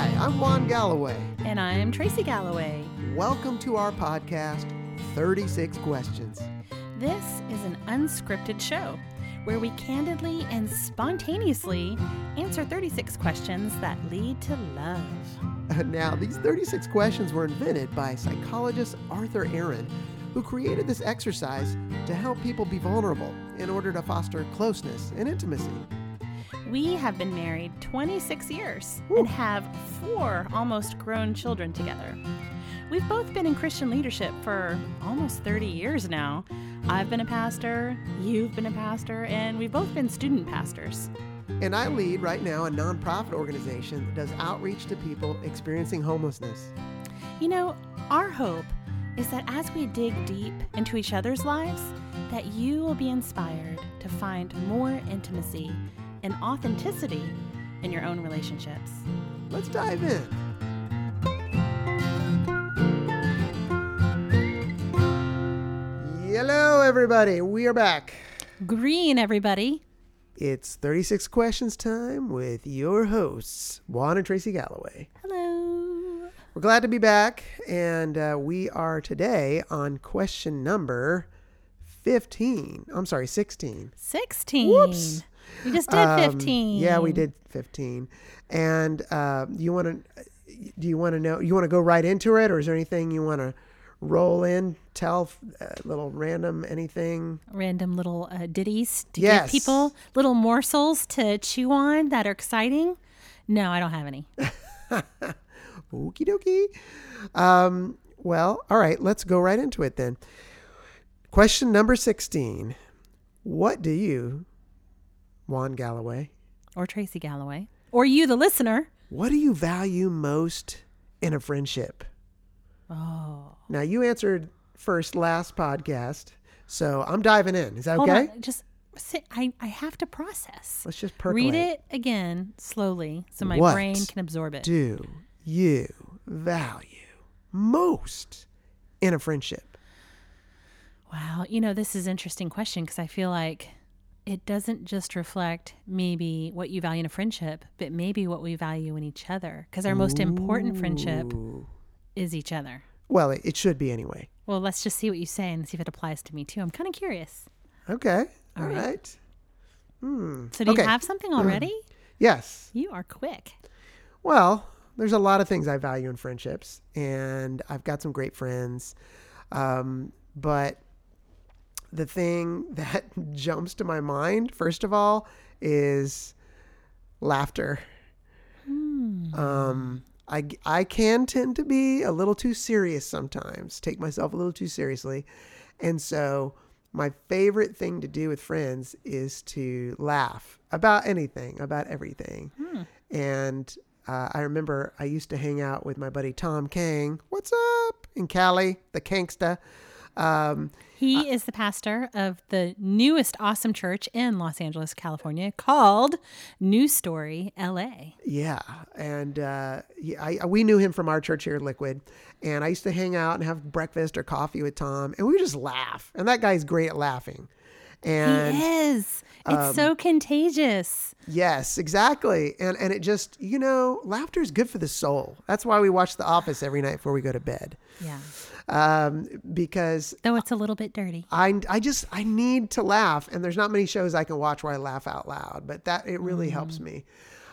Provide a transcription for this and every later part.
Tom Galloway. And I'm Tracy Galloway. Welcome to our podcast, 36 Questions. This is an unscripted show where we candidly and spontaneously answer 36 questions that lead to love. Now, these 36 questions were invented by psychologist Arthur Aaron, who created this exercise to help people be vulnerable in order to foster closeness and intimacy. We have been married 26 years Woo. and have four almost grown children together. We've both been in Christian leadership for almost 30 years now. I've been a pastor, you've been a pastor, and we've both been student pastors. And I lead right now a nonprofit organization that does outreach to people experiencing homelessness. You know, our hope is that as we dig deep into each other's lives, that you will be inspired to find more intimacy and authenticity in your own relationships. Let's dive in. Hello, everybody. We are back. Green, everybody. It's 36 Questions time with your hosts, Juan and Tracy Galloway. Hello. We're glad to be back, and uh, we are today on question number 15. I'm sorry, 16. 16. Whoops. We just did Um, 15. Yeah, we did 15. And uh, you want to do you want to know you want to go right into it or is there anything you want to roll in tell a little random anything Random little uh, ditties to Yes. give people, little morsels to chew on that are exciting. No, I don't have any. Okie dokie. Um, well, all right, let's go right into it then. Question number 16. What do you, Juan Galloway, Or Tracy Galloway. Or you, the listener. what do you value most in a friendship? Oh. Now, you answered first last podcast, so I'm diving in. Is that Hold okay? on. Just sit. I, I have to process. Let's just percolate. Read it again slowly so my What brain can absorb it. Do you value most in a friendship? Wow. You know, this is an interesting question because I feel like it doesn't just reflect maybe what you value in a friendship, but maybe what we value in each other. Because our most important friendship Ooh. is each other. Well, it, it should be anyway. Well, let's just see what you say and see if it applies to me too. I'm kind of curious. Okay. All All right. right. Hmm. So, do okay. you have something already? Yes. you are quick. Well, there's a lot of things I value in friendships, and I've got some great friends. Um, but the thing that jumps to my mind, first of all, is laughter. Um, I, I can tend to be a little too serious sometimes, take myself a little too seriously. And so, my favorite thing to do with friends is to laugh about anything, about everything. And uh, I remember I used to hang out with my buddy Tom Kang. What's up? In Cali, the Kangsta. Um, He is the pastor of the newest awesome church in Los Angeles, California called New Story LA. Yeah, and uh, yeah, I, I- we knew him from our church here, at Liquid, and I used to hang out and have breakfast or coffee with Tom, and we would just laugh. And that guy's great at laughing. And um, he is. It's so contagious. yes, exactly. And and it just you know, laughter is good for the soul. That's why we watch The Office every night before we go to bed, Yeah. um, because Though it's a little bit dirty. I, I just I need to laugh, and there's not many shows I can watch where I laugh out loud, but that it really Mm. helps me.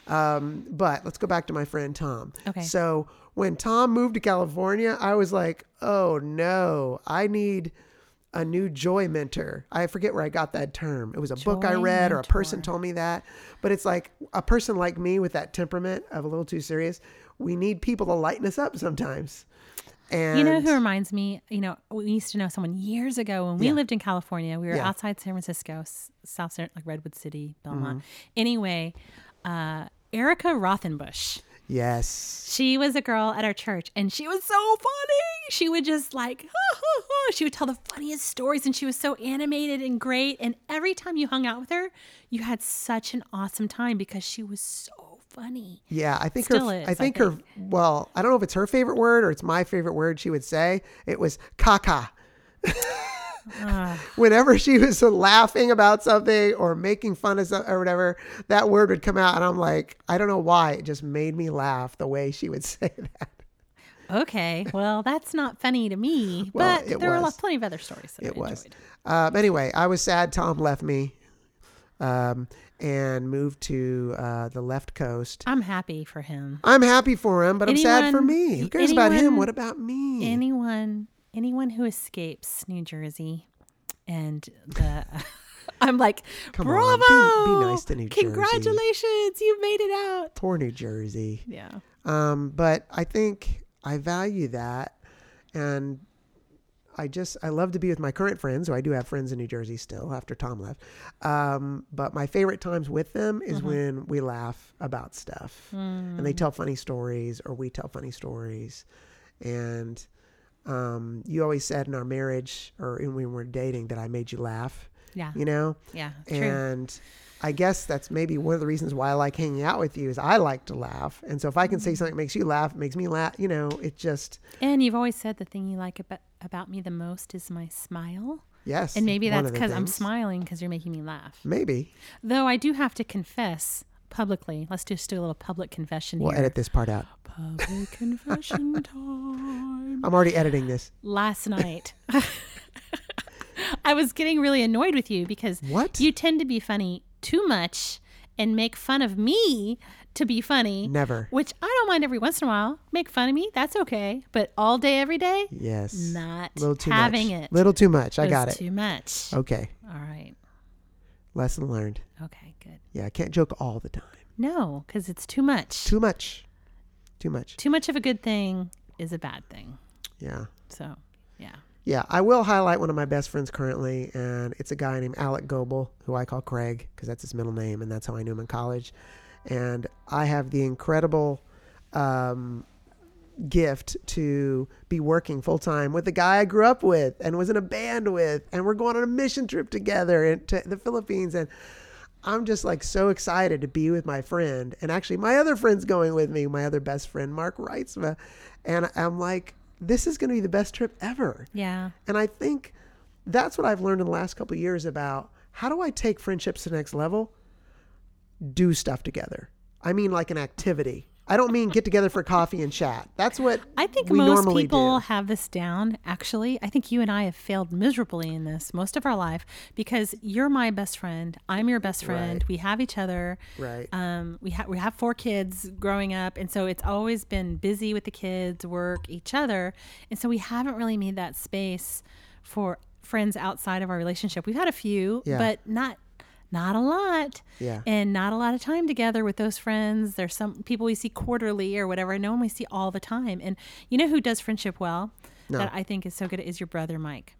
Um, but let's go back to my friend Tom. Okay. So when Tom moved to California, I was like, oh no, I need a new joy mentor. I forget where I got that term. It was a book I Joy read or a person mentor. told me that, but it's like a person like me with that temperament of a little too serious. We need people to lighten us up sometimes. And You know who reminds me? You know, we used to know someone years ago when we Yeah. lived in California. We were Yeah. outside San Francisco, s- South San, like Redwood City, Belmont. Mm-hmm. Anyway, uh, Erica Rothenbush. yes. She was a girl at our church and she was so funny. She would just like, she would tell the funniest stories and she was so animated and great. And every time you hung out with her, you had such an awesome time because she was so funny. Yeah, I think Still her. is, I I think her. think. Well, I don't know if it's her favorite word or it's my favorite word. She would say it was caca. Ah, Whenever she was laughing about something or making fun of something or whatever, that word would come out, and I'm like, I don't know why. It just made me laugh the way she would say that. Okay. Well, that's not funny to me, Well, but it there were was. lo- plenty of other stories that I It was. enjoyed. Um, anyway, I was sad Tom left me um, and moved to uh, the left coast. I'm happy for him. I'm happy for him, but I'm sad for Anyone- me. Who cares about him? anyone- What about me? Anyone, anyone who escapes New Jersey, and the, I'm like, Come on, bravo! be- be nice to New Jersey." Congratulations, you made it out. Poor New Jersey. Yeah. Um, but I think I value that. And I just, I love to be with my current friends, who I do have friends in New Jersey still after Tom left. Um, but my favorite times with them is when we laugh about stuff and they tell funny stories or we tell funny stories. And um, you always said in our marriage or in when we were dating that I made you laugh, Yeah. you know? Yeah. True. And I guess that's maybe one of the reasons why I like hanging out with you is I like to laugh. And so if I can Mm-hmm. say something that makes you laugh, it makes me laugh, you know, it just and you've always said the thing you like about about me the most is my smile. yes. And maybe one that's of the because I'm things. smiling because you're making me laugh. Maybe. Though I do have to confess publicly. Let's just do a little public confession We'll here. edit this part out. Public confession time. I'm already editing this. last night. I was getting really annoyed with you because What? you tend to be funny too much and make fun of me to be funny. Never. Which I don't mind every once in a while. Make fun of me, that's okay. But all day, every day, Yes. not Little too having much. it. Little too much. I was got it. Oh. Too much. Okay. All right. Lesson learned. Okay. Good. Yeah, I can't joke all the time. No, because it's too much. Too-, Too much. Too much. much of a good thing is a bad thing. Yeah. So, yeah. Yeah, I will highlight one of my best friends currently, and it's a guy named Alec Goebel, who I call Craig because that's his middle name, and that's how I knew him in college. And I have the incredible um, gift to be working full time with the guy I grew up with and was in a band with, and we're going on a mission trip together in- to the Philippines. And I'm just like so excited to be with my friend, and actually my other friend's going with me, my other best friend Mark Reitzma, and I'm like, this is going to be the best trip ever. Yeah. And I think that's what I've learned in the last couple of years about how do I take friendships to the next level? Do stuff together. I mean, like an activity. I don't mean get together for coffee and chat. That's what I think we most normally people do. have this down, actually. I think you and I have failed miserably in this most of our life because you're my best friend. I'm your best friend. We have each other. Right. Um, we, ha- we have four kids growing up. And so it's always been busy with the kids, work, each other. And so we haven't really made that space for friends outside of our relationship. We've had a few, Yeah. but not. Not a lot, Yeah. and not a lot of time together with those friends. There's some people we see quarterly or whatever. No one we see all the time. And you know who does friendship well? That I think is so good is your brother Mike.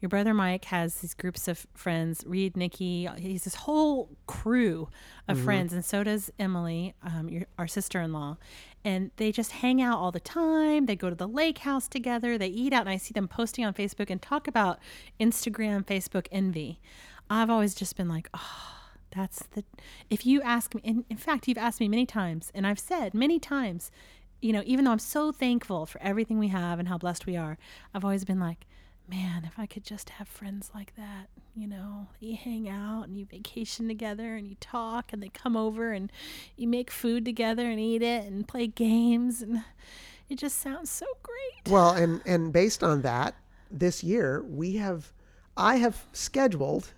Your brother Mike has these groups of friends. Reed, Nikki, he's this whole crew of friends, and so does Emily, um, your, our sister-in-law. And they just hang out all the time. They go to the lake house together. They eat out, and I see them posting on Facebook and talk about Instagram, Facebook envy. I've always just been like, "Ah, that's the. If you ask me, in, in fact, you've asked me many times, and I've said many times, you know, even though I'm so thankful for everything we have and how blessed we are, I've always been like, man, if I could just have friends like that, you know, you hang out and you vacation together and you talk and they come over and you make food together and eat it and play games and it just sounds so great. Well, and and based on that, this year we have, I have scheduled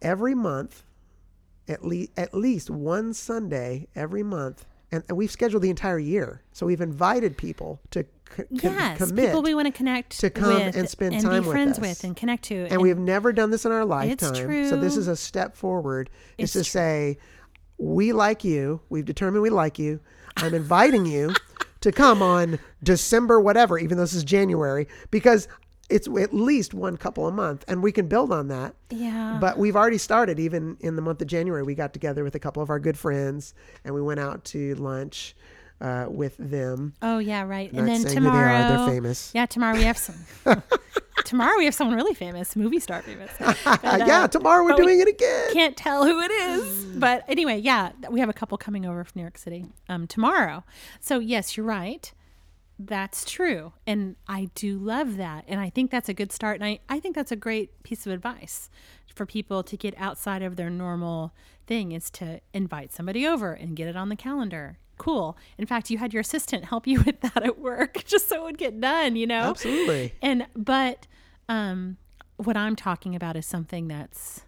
every month, at least at least one Sunday every month, and, and we've scheduled the entire year. So we've invited people to c- con- Yes, commit. people we want to connect to come with and spend and time be with friends us. with and connect to and we have never done this in our lifetime. So this true. is a step forward. Is It's to true. say, we like you. We've determined we like you. I'm inviting you to come on December whatever, even though this is January, because it's at least one couple a month, and we can build on that. yeah. But we've already started. Even in the month of January, we got together with a couple of our good friends, and we went out to lunch uh, with them. Oh yeah, right. Not and then saying who they tomorrow, are, they're famous. Yeah, tomorrow we have some. tomorrow we have someone really famous, movie star famous. But, Uh, yeah, uh, tomorrow we're but we- doing it again. can't tell who it is, but anyway, yeah, we have a couple coming over from New York City um, tomorrow. So yes, you're right. That's true. And I do love that. And I think that's a good start. And I, I think that's a great piece of advice for people to get outside of their normal thing is to invite somebody over and get it on the calendar. Cool. In fact, you had your assistant help you with that at work just so it would get done, you know? Absolutely. And, but um, what I'm talking about is something that's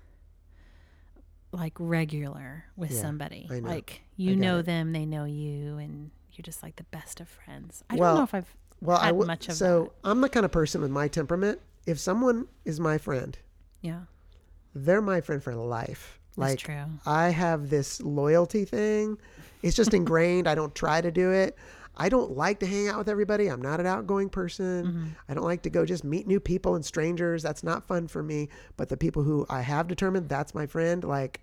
like regular with Yeah, somebody. I know. Like I you got know it. them, they know you, and you're just like the best of friends. I Well, don't know if I've Well, I had would. much of so I'm the kind of person with my temperament. If someone is my friend, yeah. they're my friend for life. That's Like true. I have this loyalty thing. It's just ingrained. I don't try to do it. I don't like to hang out with everybody. I'm not an outgoing person. Mm-hmm. I don't like to go just meet new people and strangers. That's not fun for me. But the people who I have determined that's my friend, like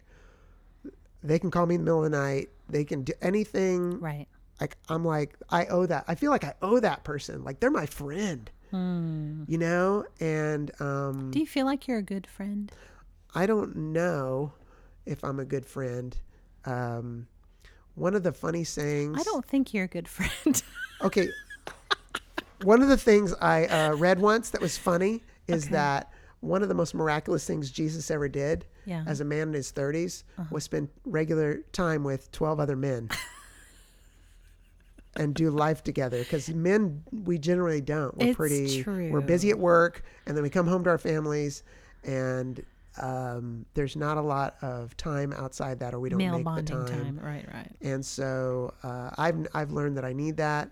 they can call me in the middle of the night. They can do anything. Right. Like I'm like I owe that. I feel like I owe that person. Like they're my friend. Hmm. You know? And um Do you feel like you're a good friend? I don't know if I'm a good friend. Um, one of the funny sayings. I don't think you're a good friend. Okay. one of the things I uh, read once that was funny is that one of the most miraculous things Jesus ever did Yeah. Uh-huh. as a man in his 30s was spend regular time with 12 other men and do life together because men we generally don't we're It's pretty we're true. busy at work and then we come home to our families and um, there's not a lot of time outside that or we don't Male make bonding the time, time. Right, right. and so uh, I've, I've learned that i need that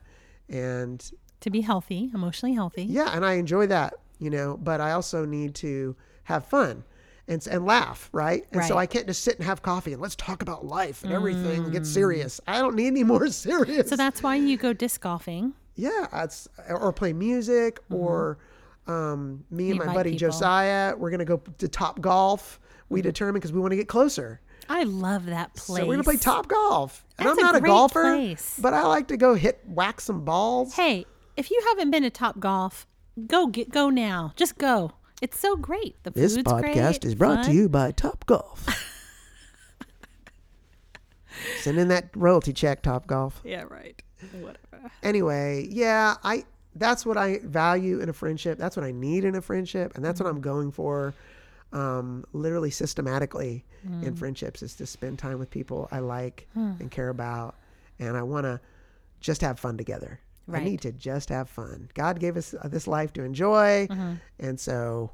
and To be healthy, emotionally healthy. yeah, and I enjoy that, you know, but I also need to have fun and s- and laugh, right? And so Right. Mm. I can't just sit and have coffee and let's talk about life and everything and get serious. I don't need any more serious. So that's why you go disc golfing. yeah, it's, or play music or um, me and my Invite buddy Mm-hmm. people. Mm-hmm. Josiah, we're going to go to Top Golf. We determine because we want to get closer. I love that place. So we're going to play Top Golf. And I'm That's a not a, great golfer, place. but I like to go hit whack some balls. Hey, if you haven't been to Top Golf, go get go now. Just go. It's so great. The This food's podcast great, is brought to fun. you by Top Golf. Send in that royalty check, Top Golf. Yeah, right. Whatever. Anyway, yeah, I that's what I value in a friendship. That's what I need in a friendship, and that's what Mm-hmm. I'm going for, um, literally systematically Mm. in friendships is to spend time with people I like Hmm. and care about, and I want to just have fun together. Right. I need to just have fun. God gave us uh, this life to enjoy, and so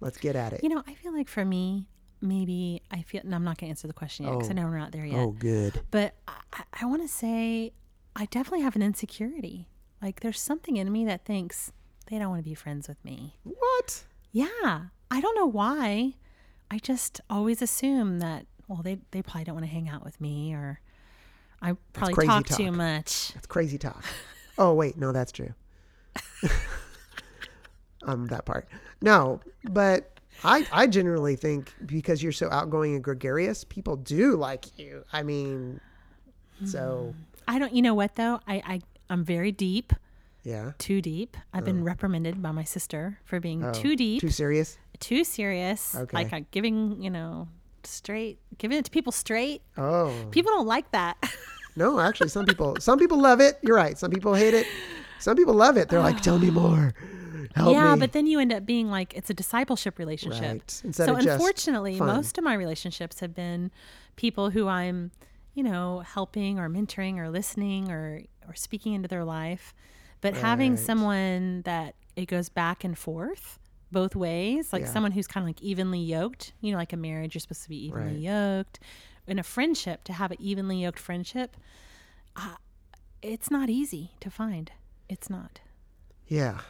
let's get at it. Mm-hmm. You know, I feel like for me, maybe I feel. No, I'm not going to answer the question yet because I know we're not there yet. Oh, good. But I- I, I want to say I definitely have an insecurity. Like there's something in me that thinks they don't want to be friends with me. What? Yeah. I don't know why. I just always assume that, well, they, they probably don't want to hang out with me or I probably crazy talk, talk. too much. That's crazy talk. oh wait, no, that's true. um, that part. No, but I I generally think because you're so outgoing and gregarious, people do like you. I mean, so I don't, you know what though? I, I, I'm very deep, yeah, too deep. I've been reprimanded by my sister for being too deep, Oh. too too, serious. serious. Okay. Like I'm giving, you know, straight, giving it to people straight. Oh People don't like that. no, actually, some people some people love it. You're right. Some people hate it. Some people love it. They're like, tell me more. Help yeah, me. but then you end up being like it's a discipleship relationship. Right. Instead so of just unfortunately, fun. most of my relationships have been people who I'm, you know, helping or mentoring or listening or or speaking into their life. But having Right. someone that it goes back and forth both ways, like Yeah. someone who's kind of like evenly yoked, you know, like a marriage you're supposed to be evenly Right. yoked. In a friendship to have an evenly yoked friendship, uh, it's not easy to find. It's not. Yeah.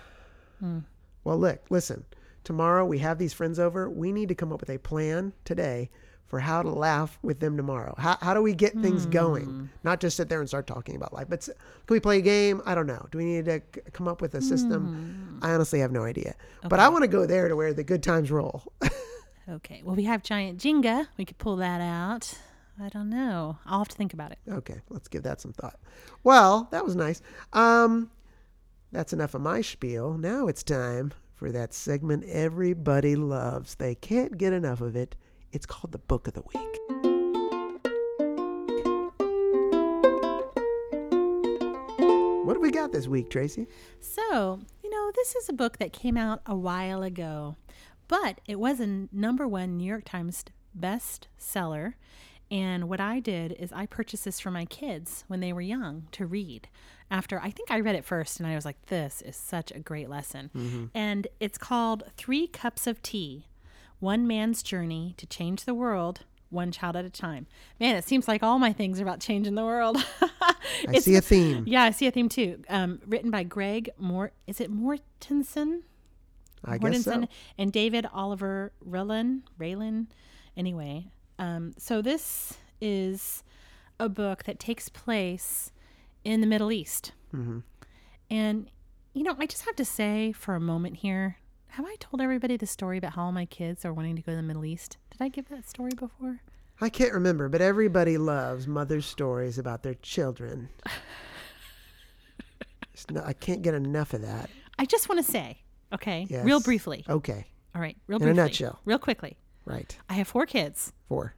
Well, look, listen. Tomorrow we have these friends over. We need to come up with a plan today for how to laugh with them tomorrow. How, how do we get things going? Not just sit there and start talking about life, but s- can we play a game? I don't know. Do we need to c- come up with a system? I honestly have no idea. But I want to go there to where the good times roll. Okay. Well, we have giant Jenga. We could pull that out. I don't know. I'll have to think about it. okay, let's give that some thought. Well, that was nice. Um, that's enough of my spiel. Now it's time for that segment everybody loves. They can't get enough of it. It's called the book of the week. What do we got this week, Tracy? So, you know, this is a book that came out a while ago, but it was a n- number one New York Times bestseller. And what I did is I purchased this for my kids when they were young to read. After I think I read it first and I was like, this is such a great lesson. And it's called Three Cups of Tea One Man's Journey to Change the World, One Child at a Time. Man, it seems like all my things are about changing the world. I see a theme. Yeah, I see a theme too. Um, written by Greg Mor is it Mortensen? I guess Mortensen so. and David Oliver Raylan. Raylan. Anyway, um, so this is a book that takes place in the Middle East, Mm-hmm. and you know, I just have to say for a moment here. Have I told everybody the story about how all my kids are wanting to go to the Middle East? Did I give that story before? I can't remember, but everybody loves mother's stories about their children. It's no- I can't get enough of that. I just want to say, okay, real Yes. briefly. Okay, All right, real In a briefly. nutshell. Real quickly. right. I have four kids. Four.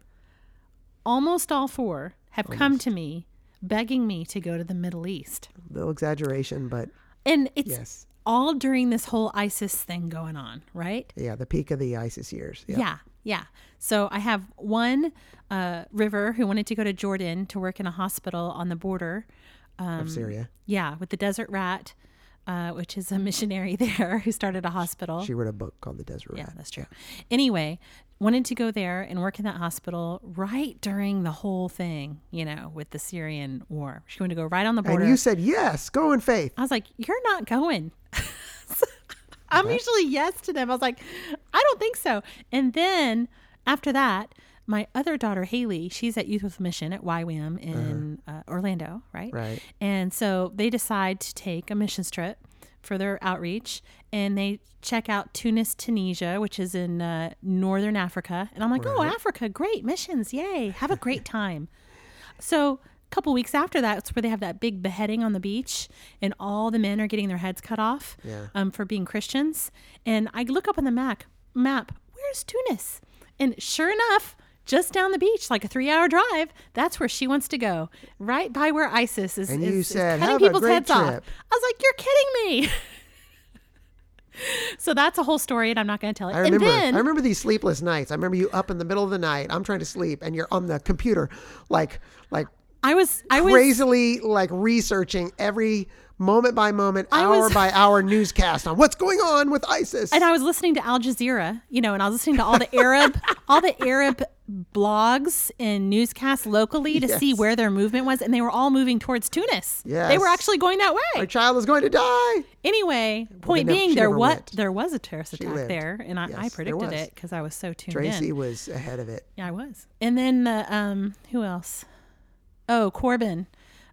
Almost all four have come to me begging me to go to the Middle East. Little exaggeration, but And it's yes. all during this whole ISIS thing going on, right? Yeah, the peak of the ISIS years. Yeah. Yeah, yeah. So I have one uh, river who wanted to go to Jordan to work in a hospital on the border. um, Of Syria. Yeah, with the Desert Rat, uh, which is a missionary there who started a hospital. She wrote a book called The Desert Yeah, Rat. that's true. Anyway, wanted to go there and work in that hospital right during the whole thing, you know, with the Syrian war. She wanted to go right on the border. And you said, yes, go in faith. I was like, "You're not going." I'm usually yes to them. I was like, "I don't think so." And then after that, my other daughter Haley, she's at Youth with a Mission at YWAM in uh Orlando, right? Right. And so they decide to take a mission trip for their outreach, and they check out Tunis, Tunisia, which is in uh, northern Africa. And I'm like, "Oh, Africa, great missions! Yay! Have a great time." So a couple weeks after that, it's where they have that big beheading on the beach, and all the men are getting their heads cut off Yeah. um, for being Christians. And I look up on the map. Map. Where's Tunis? And sure enough. Just down the beach, like a three-hour drive. That's where she wants to go, right by where ISIS is, And is- you is said, cutting "Have a people's great heads off." trip. I was like, "You're kidding me!" so that's a whole story, and I'm not going to tell it. I remember. and then, I remember these sleepless nights. I remember you up in the middle of the night. I'm trying to sleep, and you're on the computer, like, like I was, I was, crazily, like researching every moment by moment, I hour was- by hour newscast on what's going on with ISIS. and I was listening to Al Jazeera, you know, and I was listening to all the Arab, all the Arab blogs and newscasts locally to see Yes. where their movement was, and they were all moving towards Tunis. they Yes. were actually going that way. Our child is going to die. anyway, point nev- being, she there never what went. there was a terrorist attack lived. there, and I, I Yes, there predicted was. it because I was so tuned in. Tracy was ahead of it. Yeah, I was. And then uh, um, who else? Oh, Corbin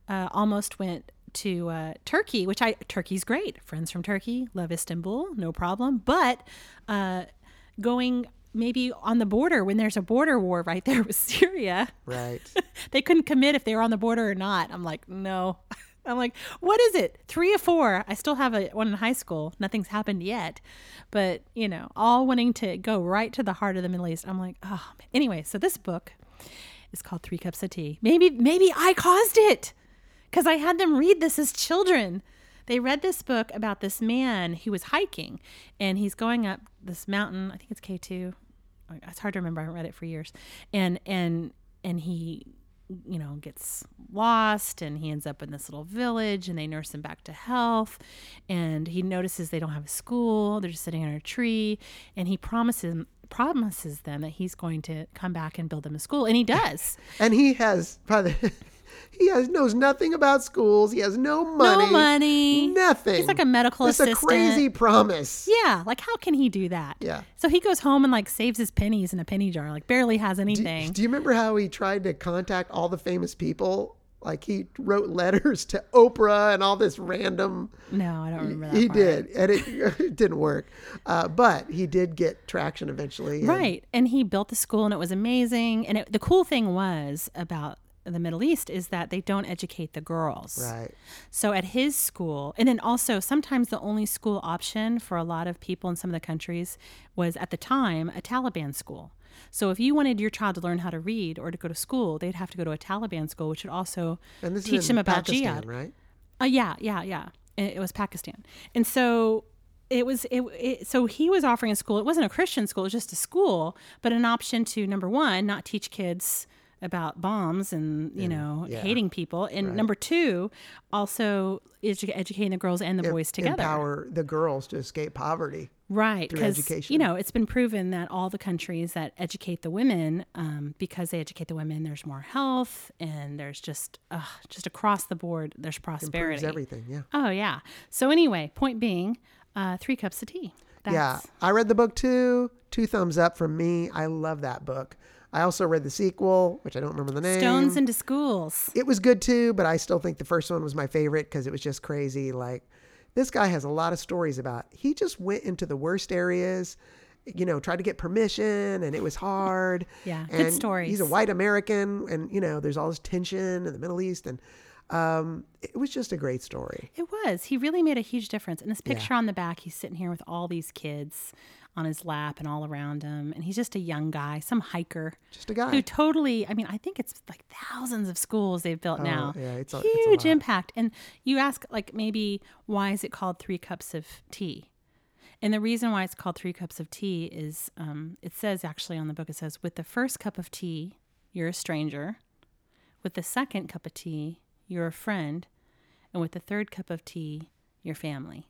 uh, almost went to uh, Turkey, which I Turkey's great. Friends from Turkey love Istanbul, no problem. But uh, going maybe on the border when there's a border war right there with Syria, Right. they couldn't commit if they were on the border or not. I'm like, no. I'm like, what is it? Three or four? I still have a one in high school. Nothing's happened yet, but you know, all wanting to go right to the heart of the Middle East. I'm like, oh. man." Anyway, so this book is called Three Cups of Tea. Maybe, maybe I caused it because I had them read this as children. They read this book about this man who was hiking and he's going up this mountain. I think it's K2. It's hard to remember. I haven't read it for years. And, and, and he, you know, gets lost and he ends up in this little village and they nurse him back to health. And he notices they don't have a school. They're just sitting under a tree. And he promises, promises them that he's going to come back and build them a school. And he does. and he has, by the, he has knows nothing about schools. He has no money. No money. Nothing. He's like a medical It's assistant. a crazy promise. Yeah, like how can he do that? Yeah. So he goes home and like saves his pennies in a penny jar, like barely has anything. Do you remember how he tried to contact all the famous people? Like he wrote letters to Oprah and all this random. no, I don't remember that. He part. did, and it, it didn't work. Uh, but he did get traction eventually. and- Right. And he built the school and it was amazing. And it, the cool thing was about the Middle East is that they don't educate the girls. Right. So at his school, and then also sometimes the only school option for a lot of people in some of the countries was at the time a Taliban school. So if you wanted your child to learn how to read or to go to school, they'd have to go to a Taliban school, which would also And this teach is in them about Pakistan, jihad. right? Uh, yeah, yeah, yeah. And It was Pakistan, and so it was it, it. So he was offering a school. It wasn't a Christian school; it was just a school, but an option to number one, not teach kids about bombs and you know yeah. hating people, and number two, also edu- educating the girls and the boys together. Empower the girls to escape poverty. Right, because you education. know it's been proven that all the countries that educate the women, um, because they educate the women, there's more health and there's just uh, just across the board, there's prosperity. Proves everything. Yeah. Oh yeah. So anyway, point being, uh, three cups of tea. That's, Yeah, I read the book too. Two thumbs up from me. I love that book. I also read the sequel, which I don't remember the name. Stones into schools. it was good too, but I still think the first one was my favorite because it was just crazy. Like, this guy has a lot of stories about. He just went into the worst areas, you know, tried to get permission, and it was hard. Yeah, good and He's stories. a white American, and you know, there's all this tension in the Middle East, and um, it was just a great story. It was. He really made a huge difference. And this picture on the back, he's sitting here with all these kids on his lap and all around him, and he's just a young guy, some hiker. Just a guy. who totally i mean i think it's like thousands of schools they've built now Oh, yeah, it's a- huge it's a lot. impact and you ask like maybe why is it called three cups of tea and the reason why it's called three cups of tea is um, it says actually on the book it says with the first cup of tea you're a stranger with the second cup of tea you're a friend and with the third cup of tea your family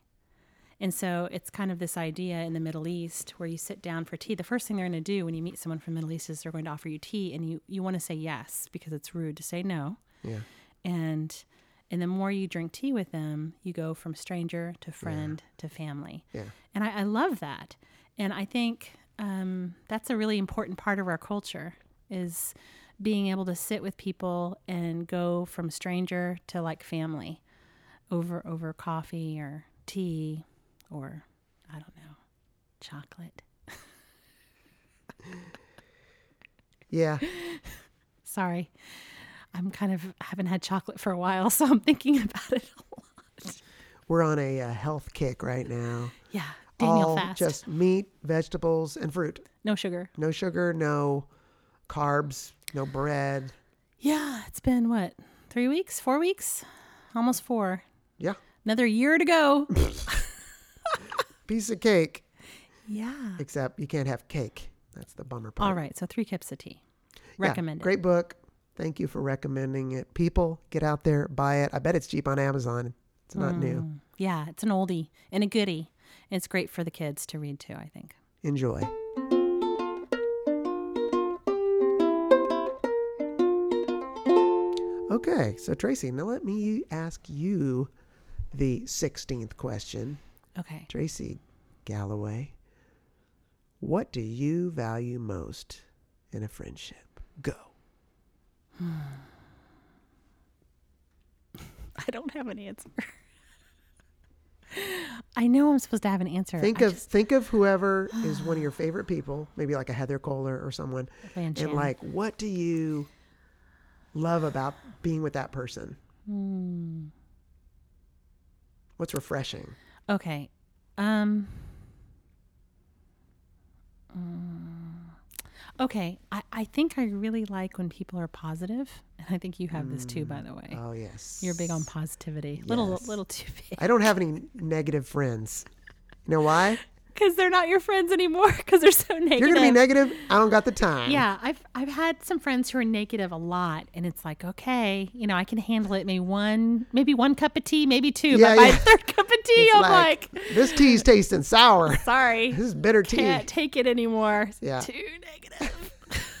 and so it's kind of this idea in the Middle East where you sit down for tea. The first thing they're going to do when you meet someone from the Middle East is they're going to offer you tea, and you, you want to say yes because it's rude to say no. yeah. And and the more you drink tea with them, you go from stranger to friend to family. Yeah. And I, I love that. And I think um, that's a really important part of our culture is being able to sit with people and go from stranger to like family over over coffee or tea or I don't know, chocolate. Yeah. Sorry. I'm kind of haven't had chocolate for a while, so I'm thinking about it a lot. We're on a, uh health kick right now. Yeah. Daniel all fast. just meat, vegetables, and fruit. no sugar. No sugar, no carbs, no bread. Yeah, it's been what, three weeks, four weeks? Almost four. Yeah. Another year to go. Piece of cake. yeah. Except you can't have cake. That's the bummer part. All right. So three cups of tea. Yeah, Recommended. Great book. Thank you for recommending it. People, get out there, buy it. I bet it's cheap on Amazon. It's not new. Mm. Yeah, it's an oldie and a goodie. And it's great for the kids to read too, I think. Enjoy. Okay, so Tracy, now let me ask you the 16th question. Okay. Tracy Galloway, what do you value most in a friendship? Go. I don't have an answer. I know I'm supposed to have an answer. Think I of think of whoever is one of your favorite people, maybe like a Heather Kohler or someone, Lan Shan. and like, what do you love about being with that person? Hmm. What's refreshing? Okay. Um. mm, Okay, I, I think I really like when people are positive, and I think you have this too, by the way. Oh yes, You're big on positivity. Little, Yes. little too big, I don't have any negative friends. You know why? because they're not your friends anymore. Because they're so negative. You're gonna be negative. I don't got the time. Yeah, I've I've had some friends who are negative a lot, and it's like, okay, you know, I can handle it. Maybe one, maybe one cup of tea, maybe two. Yeah, but by yeah. the third cup of tea, It's I'm like, like, this tea's tasting sour. sorry, This is bitter tea. can't take it anymore. Yeah. Too negative.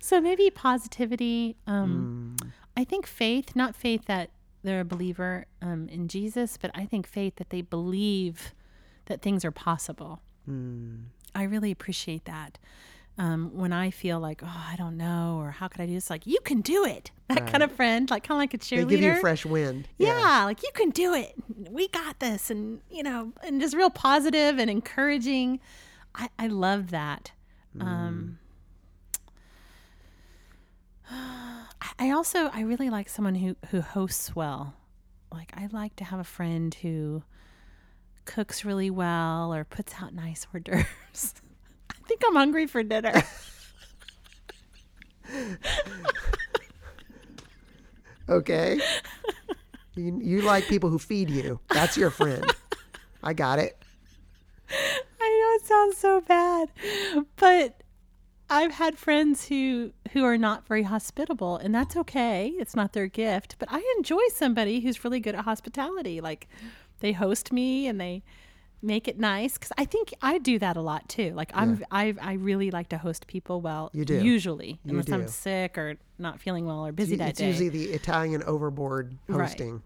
so maybe positivity. Um, I think faith, not faith that they're a believer um, in Jesus, but I think faith that they believe that things are possible. Hmm. I really appreciate that. Um, when I feel like, oh, I don't know, or how could I do this? Like, you can do it. That kind of friend, like kind of like a They cheerleader. give you fresh wind. Yeah, like you can do it. We got this, and you know, and just real positive and encouraging. I, I love that. Um, I- I also I really like someone who who hosts well. Like I like to have a friend who cooks really well or puts out nice hors d'oeuvres. I think I'm hungry for dinner. Okay. You, you like people who feed you. That's your friend. I got it. I know it sounds so bad, but I've had friends who who are not very hospitable, and that's okay. It's not their gift, but I enjoy somebody who's really good at hospitality. Like they host me and they make it nice because I think I do that a lot too. Like I'm I I really like to host people well. You do. usually unless do. I'm sick or not feeling well or busy that It's day. usually the Italian overboard Right. hosting.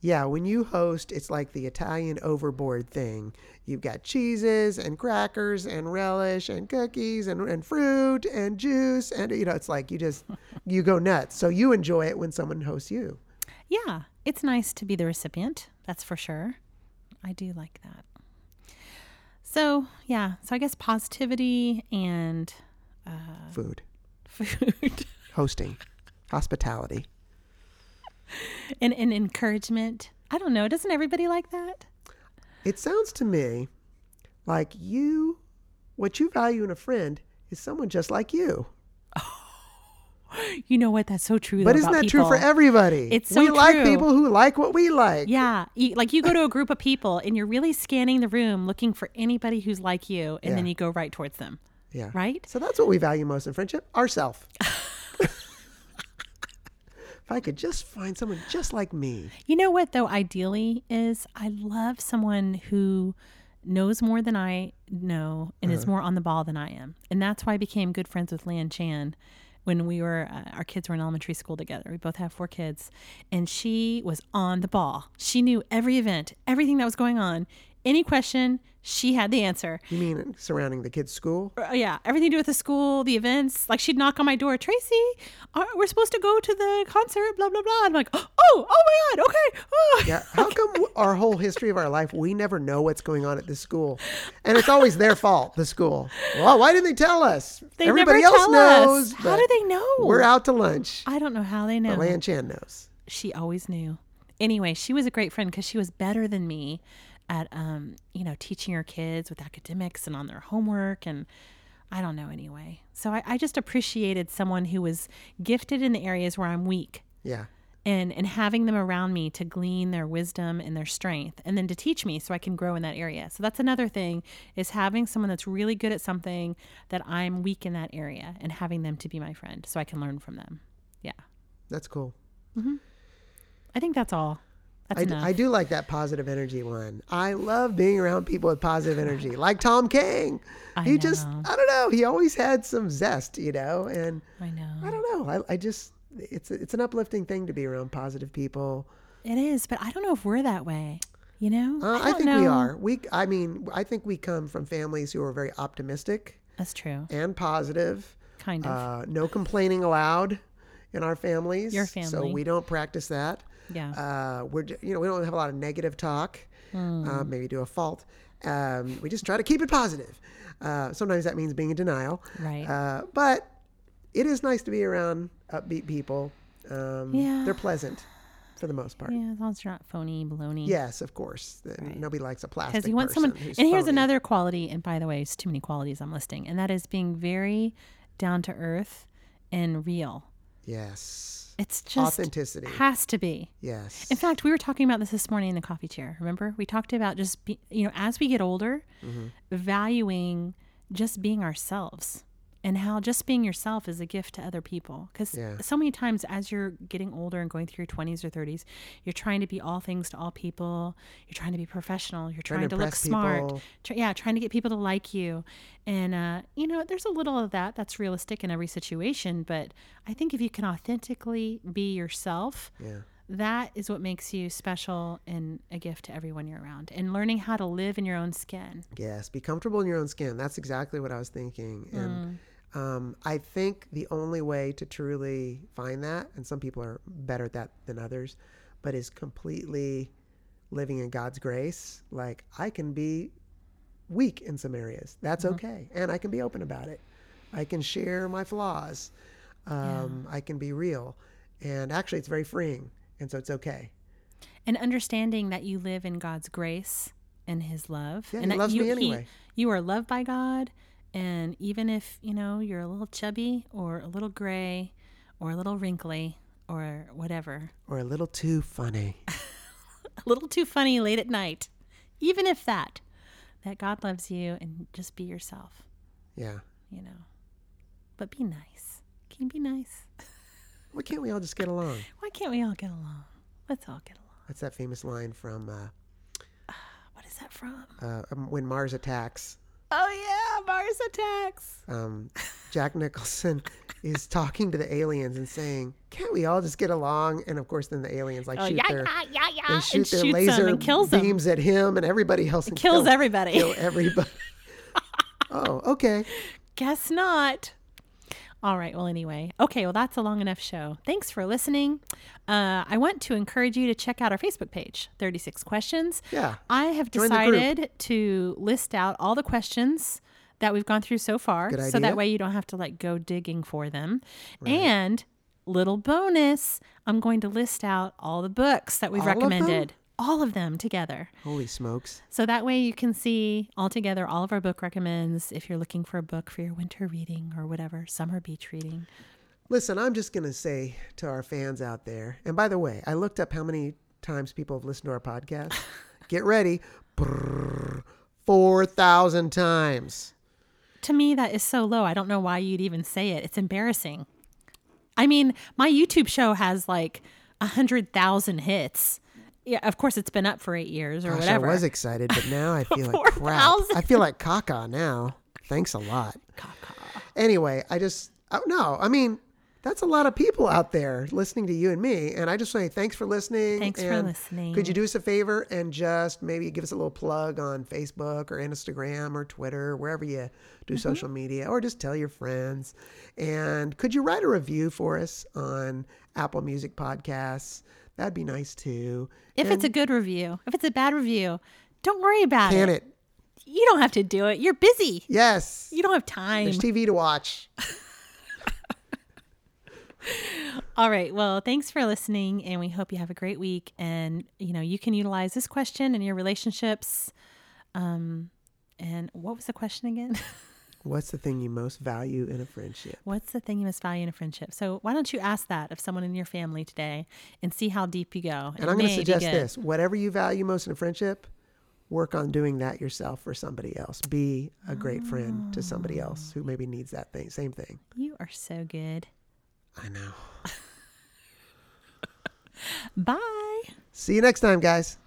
Yeah, when you host, it's like the Italian overboard thing. You've got cheeses and crackers and relish and cookies and, and fruit and juice and you know, it's like you just you go nuts. So you enjoy it when someone hosts you. Yeah, it's nice to be the recipient. That's for sure. I do like that. So, yeah, so I guess positivity and Uh. Food, food hosting, hospitality. and, and encouragement. I don't know. Doesn't everybody like that? It sounds to me like you what you value in a friend is someone just like you. You know what? That's so true. But though, isn't about that true for people. everybody? It's we so like true. people who like what we like. Yeah, you, like you go to a group of people and you're really scanning the room looking for anybody who's like you, and then Yeah. you go right towards them, Yeah. right? So that's what we value most in friendship ourself. if I could just find someone just like me. You know what though ideally is I love someone who knows more than I know and is more on the ball than I am. And that's why I became good friends with Lan Chan when we were uh, our kids were in elementary school together. We both have four kids and she was on the ball. She knew every event, everything that was going on. Any question, she had the answer. You mean surrounding the kids' school? Uh, yeah, everything to do with the school, the events. Like she'd knock on my door, Tracy, are, we're supposed to go to the concert, blah blah blah. And I'm like, oh, oh my god, okay. Oh. Yeah. How come w- our whole history of our life, we never know what's going on at this school? And it's always their fault, the school. Well, why didn't they tell us? They Everybody never else tell knows. us. How but do they know? We're out to lunch. I don't know how they know. Lan Chan knows. she always knew. Anyway, she was a great friend because she was better than me at um, you know, teaching her kids with academics and on their homework and I don't know anyway. So I, I just appreciated someone who was gifted in the areas where I'm weak Yeah. and and having them around me to glean their wisdom and their strength and then to teach me so I can grow in that area. So that's another thing is having someone that's really good at something that I'm weak in that area and having them to be my friend so I can learn from them. Yeah. That's cool. I think that's all. That's I, d- enough. I do like that positive energy one. I love being around people with positive energy, like Tom King. I he just, know. I don't know, he always had some zest, you know, and I know. I don't know. I, I just, it's it's an uplifting thing to be around positive people. It is, but I don't know if we're that way. You know? Uh, I, don't think know. we are. We, I mean, I think we come from families who are very optimistic That's true. and positive. Kind of. Uh, no complaining allowed in our families. Your So family. we don't practice that. yeah. uh, we're j- you know we don't have a lot of negative talk, uh, Hmm. maybe to a fault. Um, we just try to keep it positive. Uh, sometimes that means being in denial, Right. Uh, but it is nice to be around upbeat people. Um, Yeah. they're pleasant for the most part. yeah, as long as you're not phony, baloney. Yes, of course. The- Nobody likes a plastic. Because you want person someone. And who's here's phony. another quality, and by the way, it's too many qualities I'm listing, and that is being very down to earth and real. Yes, It's just Authenticity. has to be. yes. In fact, we were talking about this this morning in the coffee chair. Remember, we talked about just be, you know, as we get older, Mm-hmm. valuing just being ourselves and how just being yourself is a gift to other people. Because Yeah. so many times, as you're getting older and going through your twenties or thirties, you're trying to be all things to all people. You're trying to be professional. You're trying, to to, look impress smart. people. Try, yeah, trying to get people to like you, and uh, you know, there's a little of that that's realistic in every situation. But I think if you can authentically be yourself yeah. that is what makes you special and a gift to everyone you're around and learning how to live in your own skin Yes, be comfortable in your own skin. That's exactly what I was thinking. And um, I think the only way to truly find that, and some people are better at that than others, but is completely living in God's grace. Like, I can be weak in some areas. That's okay. And I can be open about it. I can share my flaws. Um, I can be real. And actually, it's very freeing. And so it's okay. and understanding that you live in god's grace and his love Yeah, and he that loves you, me anyway. you are loved by god and even if you know you're a little chubby or a little gray or a little wrinkly or whatever. or a little too funny. A little too funny late at night. Even if that, that God loves you and just be yourself, Yeah. you know. But be nice. Can you be nice? Why can't we all just get along? Why can't we all get along? Let's all get along. That's that famous line from uh, What is that from? uh, um, when Mars attacks. Oh, yeah, Mars attacks. Um, Jack Nicholson is talking to the aliens and saying, "Can't we all just get along?" And of course, then the aliens like Oh, shoot yeah, their yeah, yeah, yeah. they And shoot shoots their them laser and kills them. beams at him and everybody else. and Kills kill- everybody. Kill everybody. oh, okay. Guess not. All right. Well, anyway. Okay. Well, that's a long enough show. Thanks for listening. Uh, I want to encourage you to check out our Facebook page, 36 Questions. Yeah. I have Join the group. decided to list out all the questions that we've gone through so far. Good So idea. that way you don't have to like go digging for them. And little bonus, I'm going to list out all the books that we've All of them? recommended, all of them together. Holy smokes. So that way you can see all together all of our book recommends if you're looking for a book for your winter reading or whatever, summer beach reading. Listen, I'm just going to say to our fans out there, and by the way, I looked up how many times people have listened to our podcast. Get ready. Brrr, 4,000 times. To me, that is so low. I don't know why you'd even say it. It's embarrassing. I mean, my YouTube show has like a 100,000 hits. Yeah, of course, it's been up for eight years or Gosh, whatever. I was excited, but now I feel like crap. 4,000. I feel like caca now. Thanks a lot. Anyway, I just, oh, no, I mean, that's a lot of people out there listening to you and me. And I just say thanks for listening. Thanks for and listening. Could you do us a favor and just maybe give us a little plug on Facebook or Instagram or Twitter, wherever you do Mm-hmm. social media, or just tell your friends? And could you write a review for us on Apple Music Podcasts? That'd be nice too. if it's a good review, if it's a bad review, don't worry about Can it. it? You don't have to do it. You're busy. Yes. You don't have time. There's TV to watch. All right. Well, thanks for listening, and we hope you have a great week. And you know, you can utilize this question in your relationships. Um, and what was the question again? What's the thing you most value in a friendship? What's the thing you most value in a friendship? So why don't you ask that of someone in your family today, and see how deep you go. And I'm going to Maybe suggest good. this whatever you value most in a friendship, work on doing that yourself for somebody else. Be a great friend to somebody else Ah. who maybe needs that thing. Same thing. You are so good. I know. Bye. See you next time, guys.